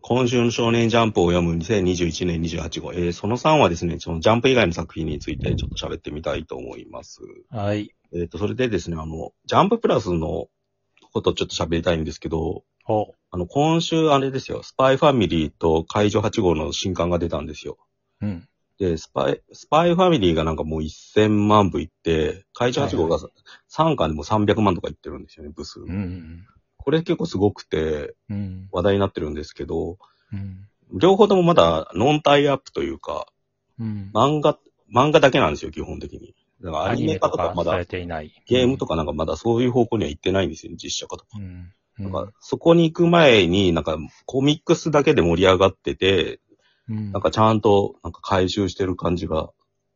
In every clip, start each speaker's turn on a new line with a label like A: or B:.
A: 今週の少年ジャンプを読む2021年28号。えー、その3はですね、そのジャンプ以外の作品についてちょっと喋ってみたいと思います。
B: はい。
A: えっ、と、それでですね、あの、ジャンププラスのことをちょっと喋りたいんですけど、
B: お、
A: あの、今週あれですよ、スパイファミリーと怪獣8号の新刊が出たんですよ。
B: うん。
A: で、スパイ、スパイファミリーがなんかもう1000万部いって、怪獣8号が3巻でも300万とかいってるんですよね、部数。
B: うん。
A: これ結構すごくて
B: うん。
A: 話題になってるんですけど、
B: うん。
A: 両方ともまだノンタイアップというか、
B: うん。
A: 漫画、漫画だけなんですよ、基本的に。だからアニメ化とかま
B: さ
A: だ
B: れ、ていない。
A: ゲームと
B: か。
A: かなんかまだそういう方向には行ってないんですよね、実写化とか。
B: うん。
A: なんか、そこに行く前に、なんか、コミックスだけで盛り上がってて、
B: な
A: なん、かちゃんと、なんか回収してる感じが、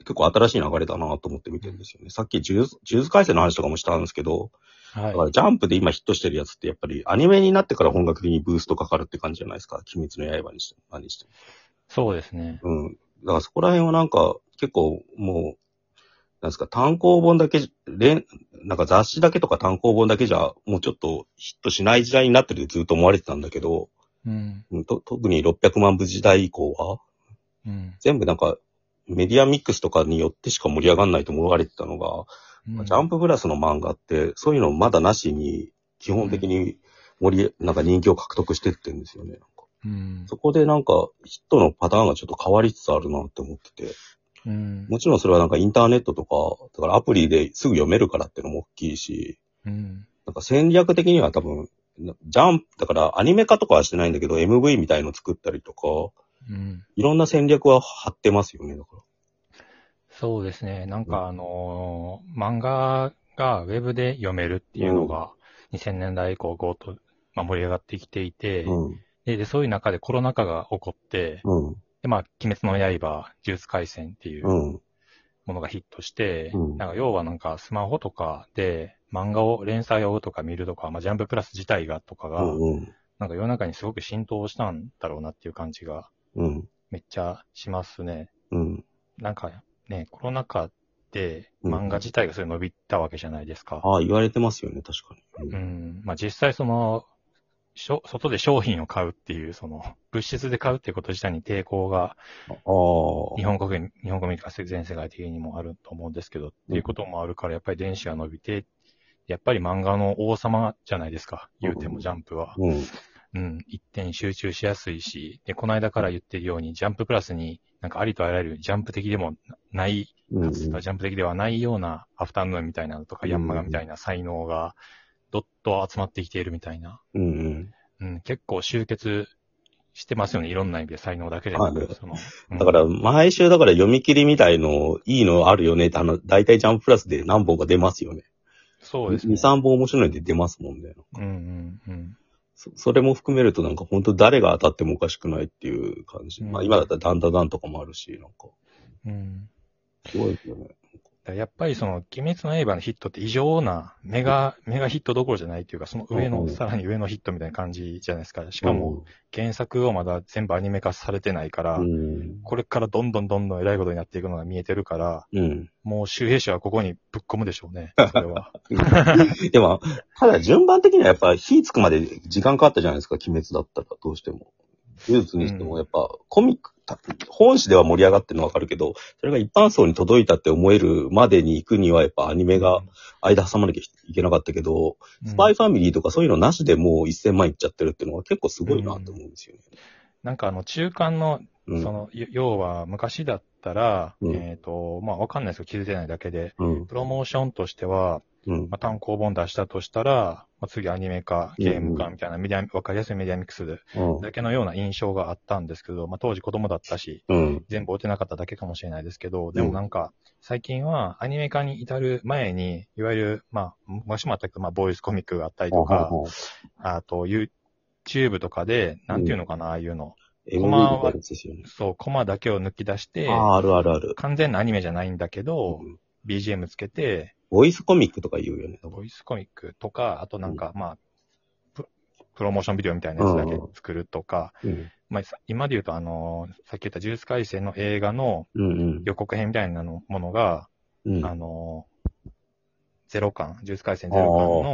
A: 結構新しい流れだなと思って見てるんですよね。さっきジュース、ジュース回線の話とかもしたんですけど、だか
B: は
A: らジャンプで今ヒットしてるやつって、やっぱりアニメになってから本格的にブーストかかるって感じじゃないですか。鬼滅の刃にしても、何にしても。
B: い。そうですね。
A: うん。だからそこら辺はなんか、結構もう、なんですか、単行本だけじ、連なんか雑誌だけとか単行本だけじゃ、もうちょっとヒットしない時代になってるってずっと思われてたんだけど、
B: うん。
A: うんと特に600万部時代以降は、
B: うん。
A: 全部なんか、メディアミックスとかによってしか盛り上がらないと思われてたのが、
B: うん
A: ジャンププラスの漫画って、そういうのまだなしに、基本的に盛り、なんか人気を獲得してってるんですよね。なんか
B: うん。
A: そこでなんか、ヒットのパターンがちょっと変わりつつあるなって思ってて。
B: うん。
A: もちろんそれはなんかインターネットとか、だからアプリですぐ読めるからってのも大きいし、
B: うん。
A: なんか戦略的には多分、なジャンプ、だからアニメ化とかはしてないんだけど、MV みたいの作ったりとか、
B: うん。
A: いろんな戦略は張ってますよね、だか
B: そうですね。なんか、あのー、漫画がウェブで読めるっていうのが、2000年代以降、ゴーと、まあ、盛り上がってきていて
A: ら。、うん。
B: で、でそういう中でコロナ禍が起こって、
A: うん。
B: で、まあ、鬼滅の刃、ジュース回戦っていう、
A: うん。
B: ものがヒットして、
A: うん
B: なんか要はなんかスマホとかで漫画を連載を追うとか見るとか、まあ、ジャンププラス自体がとか
A: う
B: が、
A: ん。うん。
B: なんか世の中にすごく浸透したんだろうなっていう感じが
A: うん。
B: めっちゃしますね。
A: うん。
B: なんかね、コロナ禍で
A: うん
B: 漫画自体がそれ伸びたわけじゃないですか。
A: ああ、言われてますよね、確かに。
B: う
A: うん。
B: ん。まあ実際その、しょ外で商品を買うっていう、その、物質で買うっていうこと自体に抵抗が、
A: ああ。
B: 日本国、日本国民から全世界的にもあると思うんですけど、っていうこともあるから、やっぱり電子が伸びて、やっぱり漫画の王様じゃないですか、言うて
A: う
B: も
A: ん
B: ジャンプは。
A: うん。
B: うん、一点に集中しやすいし、で、この間から言ってるように、ジャンププラスに、なんかありとあらゆるジャンプ的でもない、
A: うん。う
B: か
A: ん
B: つてはジャンプ的ではないような、アフタヌーンみたいなのとか、ヤンマガみたいな才能が、どっと集まってきているみたいな。
A: うん。
B: うん、結構集結してますよね、いろんな意味で才能だけでな
A: はい
B: く、その。うん
A: だから、毎週だから読み切りみたいの、いいのあるよねって、あの、大体ジャンププラスで何本か出ますよね。
B: そうです
A: 2、
B: ね。
A: 3本面白いので出ますもんね。
B: うんうんうん。
A: そそれも含めるとなんか本当誰が当たってもおかしくないっていう感じ。
B: うん
A: まあ今だったらダンダダンとかもあるし、なんか、
B: うん、
A: すごいですよね。
B: やっぱりその、鬼滅の刃のヒットって異常な、メガ、メガヒットどころじゃないというか、その上
A: うん
B: の、
A: うん
B: さらに上のヒットみたいな感じじゃないですか。しかも、原作をまだ全部アニメ化されてないから、
A: うん、うん。
B: これからどんどんどんどん偉いことになっていくのが見えてるから、
A: うん。
B: もう周平氏はここにぶっ込むでしょう ね、それは。
A: でも、ただ順番的にはやっぱ火つくまで時間かかったじゃないですか、鬼滅だったら、どうしても。技術にしてもやっぱコミック、た本誌では盛り上がってるのはわかるけど、それが一般層に届いたって思えるまでに行くにはやっぱアニメが間挟まなきゃいけなかったけど、
B: うん、
A: スパイファミリーとかそういうのなしでもう1000万いっちゃってるっていうのは結構すごいなって思うんですよね。
B: なんかあの、中間の、
A: う
B: そ
A: ん。
B: の、よ要は昔だったら、
A: うん
B: えっ、と、まあわかんないですけど、気づいてないだけで、
A: うん。
B: プロモーションとしては、
A: うん
B: まあ、単行本出したとしたら、まあ、次アニメ化、ゲーム
A: う
B: 化
A: ん
B: みたいなメディア、わかりやすいメディアミックス
A: うん
B: だけのような印象があったんですけど、まあ、当時子供だったし、
A: うん。
B: 全部追ってなかっただけかもしれないですけど、でもなんか、最近はアニメ化に至る前に、いわゆる、まあ、昔もあったけど、まあ、ボーイスコミックがあったりとか、あと、YouTube とかで、なんていうのかな、ああいうの。
A: MV みたいなやつですよね。
B: そう、コマだけを抜き出して、
A: ああ、あるあるある。
B: 完全なアニメじゃないんだけど、
A: うん
B: BGM つけて、
A: ボイスコミックとか言うよね。
B: ボイスコミックとか、あとなんか、まあ、ププロモーションビデオみたいなやつだけ作るとか、
A: うん。
B: まあ、さ今で言うと、あのー、さっき言ったジュース回戦の映画の
A: うん
B: 予告編みたいなのものが、
A: うん。うん。
B: あのー、ゼロ感、ジュース回戦
A: あ
B: ゼロ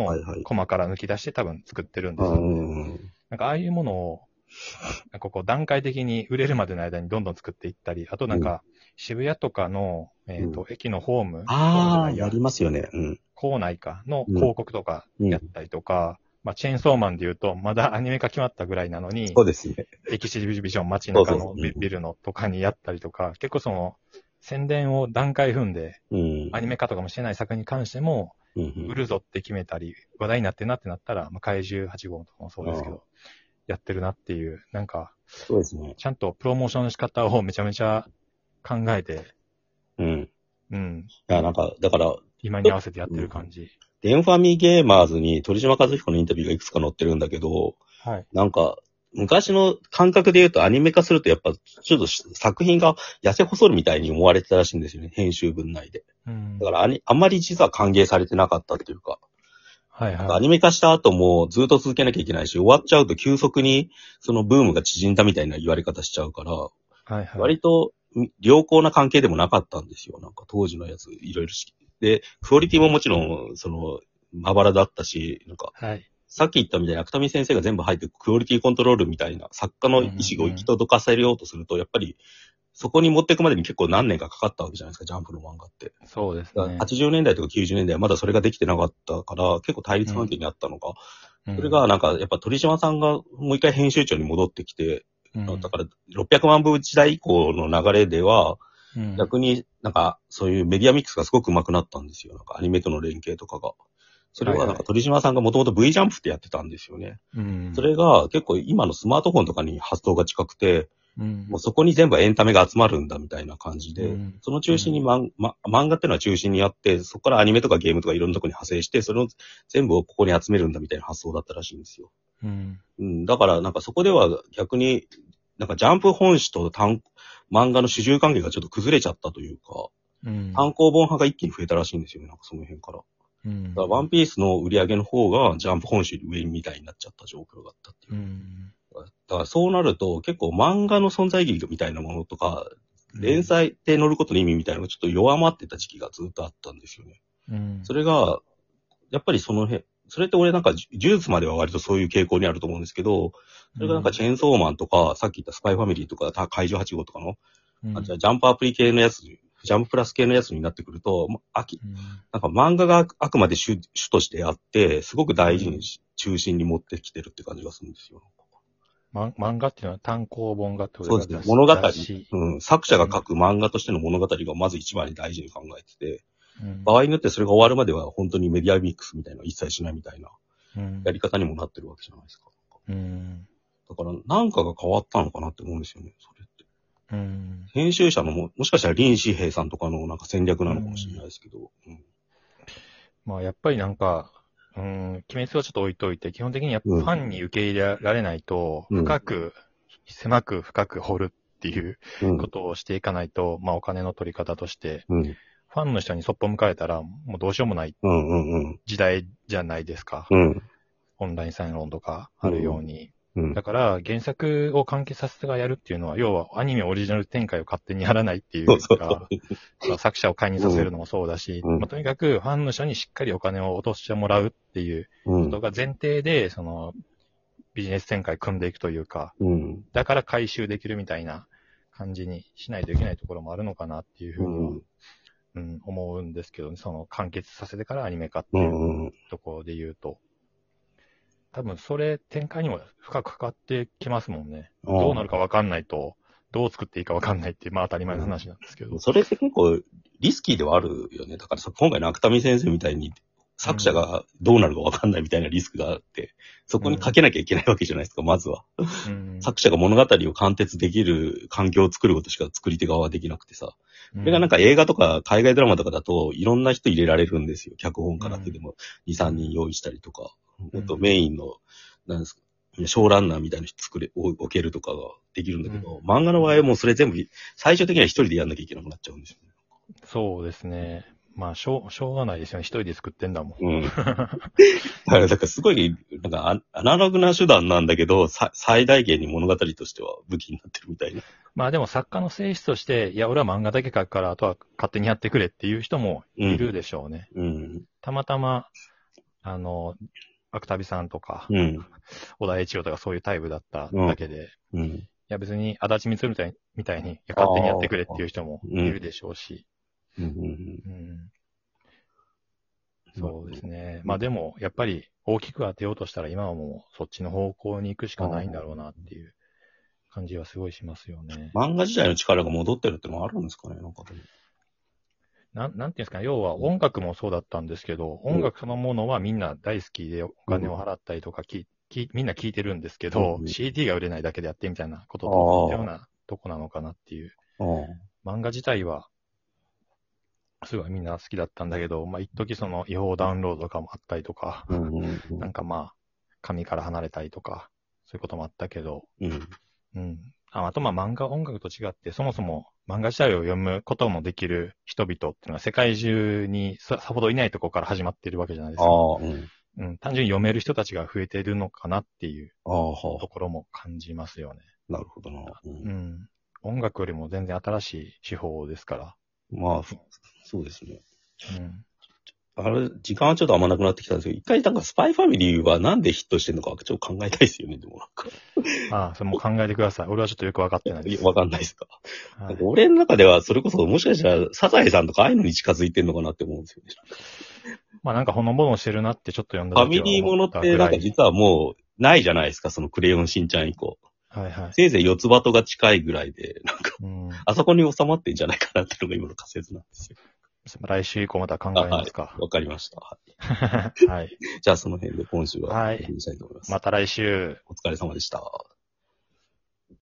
A: あはい
B: 感
A: はい
B: のコマから抜き出して多分作ってるんですよ、
A: うん。
B: なんかああいうものをなんかこう段階的に売れるまでの間にどんどん作っていったり、あとなんか渋谷とかの、えっ、と、駅のホーム、
A: ああ、
B: ホームじゃないや
A: やりますよね。うん。
B: 構内かの
A: うん
B: 広告とかやったりとか、まあチェーンソーマンで言うと、まだアニメ化決まったぐらいなのに
A: そ、うですね。
B: 駅シビジョン街中
A: そうそ
B: の
A: うそう
B: ビビルのとかにやったりとか、結構その、宣伝を段階踏んで、
A: うん。
B: アニメ化とかもしてない作品に関しても、
A: うん
B: 売るぞって決めたり、話題になってんなってなったら、まあ、怪獣8号とかもそうですけど、やってるなっていう、なんか、
A: そうですね。
B: ちゃんとプロモーションの仕方をめちゃめちゃ考えて、
A: うん。い
B: うん、
A: や、なんか、だから、
B: 今に合わせてやってる感じ。
A: デンファミゲーマーズに鳥島和彦のインタビューがいくつか載ってるんだけど、
B: はい。
A: なんか、昔の感覚で言うとアニメ化するとやっぱちょっとし作品が痩せ細るみたいに思われてたらしいんですよね。編集文内で。
B: うん
A: だ。からあにあんまり実は歓迎されてなかったっていうか、
B: はい
A: なんかア
B: はい。
A: ニメ化した後もずっと続けなきゃいけないし、終わっちゃうと急速にそのブームが縮んだみたいな言われ方しちゃうから、
B: はいはい。
A: 割とん良好な関係でもなかったんですよ。なんか当時のやつ、いろいろし。で、クオリティももちろん、その、まばらだったし、なんか、
B: はい。
A: さっき言ったみたいに芥見先生が全部入ってクオリティコントロールみたいな作家の意思を行き届かせようとすると、やっぱり、そこに持っていくまでに結構何年かかかったわけじゃないですか、ジャンプの漫画って。
B: そうです
A: だから
B: ね。
A: 80年代とか90年代はまだそれができてなかったから、結構対立関係にあったのか。
B: うん
A: それが、なんか、やっぱ鳥島さんがもう一回編集長に戻ってきて、
B: うん
A: だから600万部時代以降の流れでは、
B: うん
A: 逆になんかそういうメディアミックスがすごく上手くなったんですよ。なんかアニメとの連携とかが。それはなんか鳥島さんがもともと V ジャンプってやってたんですよね。
B: うん
A: それが結構今のスマートフォンとかに発想が近くて、
B: うん
A: もうそこに全部エンタメが集まるんだみたいな感じ
B: う
A: で、
B: ん
A: その中心にマン、ま、漫画っていうのは中心にあって、そこからアニメとかゲームとかいろんなとこに派生して、それを全部をここに集めるんだみたいな発想だったらしいんですよ。
B: うん
A: うん、だからなんかそこでは逆に、なんかジャンプ本誌と単漫画の主従関係がちょっと崩れちゃったというか、
B: うん
A: 単行本派が一気に増えたらしいんですよね、なんかその辺から。
B: うん
A: だからワンピースの売り上げの方がジャンプ本誌より上みたいになっちゃった状況だったっていうう。
B: ん
A: だからそうなると結構漫画の存在意義みたいなものとか、連載で乗ることの意味みたいなのがちょっと弱まってた時期がずっとあったんですよね。
B: うん
A: それが、やっぱりその辺、それって俺なんか、じゅ呪術までは割とそういう傾向にあると思うんですけど、それがなんかチェーンソーマンとか、さっき言ったスパイファミリーとか、た怪獣8号とかの、
B: うん
A: あじゃあジャンプアプリ系のやつ、ジャンププラス系のやつになってくると、まあきなんか漫画があくまで主主としてあって、すごく大事にし、中心に持ってきてるって感じがするんですよ。
B: ま漫画っていうのは単行本がってこと
A: そうですね。物語、
B: 雑誌
A: うん、作者が書く漫画としての物語がまず一番に大事に考えてて、
B: うん
A: 場合によってそれが終わるまでは本当にメディアミックスみたいなのは一切しないみたいな
B: うん
A: やり方にもなってるわけじゃないですか。
B: うん
A: だから、なんかが変わったのかなって思うんですよね、それって。
B: うん
A: 編集者のも、もしかしたら林志平さんとかのなんか戦略なのかもしれないですけど。うん。
B: まあやっぱりなんか、うん、鬼滅はちょっと置いといて、基本的にやっぱ
A: うん
B: ファンに受け入れられないと、
A: うん
B: 深く、狭く深く掘るっていう
A: うん
B: ことをしていかないと、まあお金の取り方として、
A: うん。
B: ファンの人にそっぽ向かれたら、もうどうしようもない
A: うん。うん。
B: 時代じゃないですか。
A: うん。
B: オンラインサイン論とかあるように。
A: うん。
B: だから原作を完結させてがやるっていうのは、要はアニメオリジナル展開を勝手にやらないっていう
A: そうそう
B: か、まあ作者を介入させるのもそうだし、
A: うん
B: まあ、とにかくファンの人にしっかりお金を落としてもらうっていう
A: う
B: こと
A: ん。
B: が前提で、その、ビジネス展開組んでいくというか、
A: うん。
B: だから回収できるみたいな感じにしないといけないところもあるのかなっていうふうには、
A: うん
B: うん、思うんですけどね、その完結させてからアニメ化って
A: う。
B: いうんところで言うと、多分それ展開にも深くかかってきますもんね。どうなるかわかんないと、どう作っていいかわかんないっていう、まあ当たり前の話なんですけど。
A: それって結構リスキーではあるよね。だからさ、今回の芥見先生みたいに、作者がどうなるかわかんないみたいなリスクがあって、そこにかけなきゃいけないわけじゃないですか、まずは。
B: うん
A: 作者が物語を貫徹できる環境を作ることしか作り手側はできなくてさ。それがなんか映画とか海外ドラマとかだといろんな人入れられるんですよ。脚本からってでも2、3人用意したりとか、
B: うん
A: もっとメインの、なんですか、ショーランナーみたいな人作れ、お置けるとかができるんだけど、漫画の場合はもうそれ全部最終的には一人でやんなきゃいけなくなっちゃうんですよね。
B: そうですね。まあ、しょう、しょうがないですよね。一人で作ってんだもん。
A: うん。 だから、だからすごい、なんかアアナログな手段なんだけど、さ最大限に物語としては武器になってるみたいな。
B: まあでも作家の性質として、いや、俺は漫画だけ書くから、あとは勝手にやってくれっていう人もいるでしょうね。
A: うん。
B: たまたま、あの、芥見さんとか、
A: うん。
B: 小田栄一郎とかそういうタイプだっただけで、い
A: うん。
B: や別に足立光みたいに、みたいに、いや勝手にやってくれっていう人もいるでしょうし、
A: うんうん。
B: うんそうですね。まあでも、やっぱり大きく当てようとしたら今はもうそっちの方向に行くしかないんだろうなっていう感じはすごいしますよね。
A: 漫画自体の力が戻ってるってのもあるんですかねなんかでも。
B: なん、なんていうんですかね、要は音楽もそうだったんですけど、音楽そのものはみんな大好きでお金を払ったりとかき、きみんな聴いてるんですけど、
A: うん
B: CD が売れないだけでやってみたいなことと似たようなとこなのかなっていう。漫画自体は、すごいみんな好きだったんだけど、まあ一時その違法ダウンロードとかもあったりとか、
A: うん。うんうんう
B: なんかまあ、紙から離れたりとか、そういうこともあったけど、
A: ん。うん。
B: うん。ああとまあ漫画音楽と違って、そもそも漫画自体を読むこともできる人々っていうのは世界中にささほどいないところから始まってるわけじゃないです
A: あ
B: か。
A: あ、うん。
B: うん。単純に読める人たちが増えてるのかなっていう
A: ああ、は
B: ところも感じますよね。
A: あ。なるほどな。う、
B: うんん。音楽よりも全然新しい手法ですから。
A: まあ、そそうですね。
B: うん。
A: あれ、時間はちょっとあんまなくなってきたんですけど、一回なんかスパイファミリーはなんでヒットしてるのかちょっと考えたいですよね、でもなんか。
B: ああ、それも考えてください。俺はちょっとよくわかってないです。
A: わかんないですか。
B: はい
A: なんか俺の中ではそれこそもしかしたらサザエさんとかああいうのに近づいてるのかなって思うんですよね。
B: まあなんかほのぼのしてるなってちょっと読んだ
A: ファ
B: 時
A: ミ
B: は
A: リーもの
B: 思
A: ったて
B: ぐら
A: ないんか実はもうないじゃないですか、そのクレヨンしんちゃん以降。
B: はいはい。
A: せいぜい四つ葉とが近いぐらいで、 なんか
B: うん。
A: あそこに収まってんじゃないかなっていうのが今の仮説なんですよ。
B: 来週以降また考えますか。
A: わかりました。は
B: はい。
A: いじゃあその辺で今週は
B: はい
A: 終わりにしたいと思います。
B: また来週。
A: お疲れ様でした。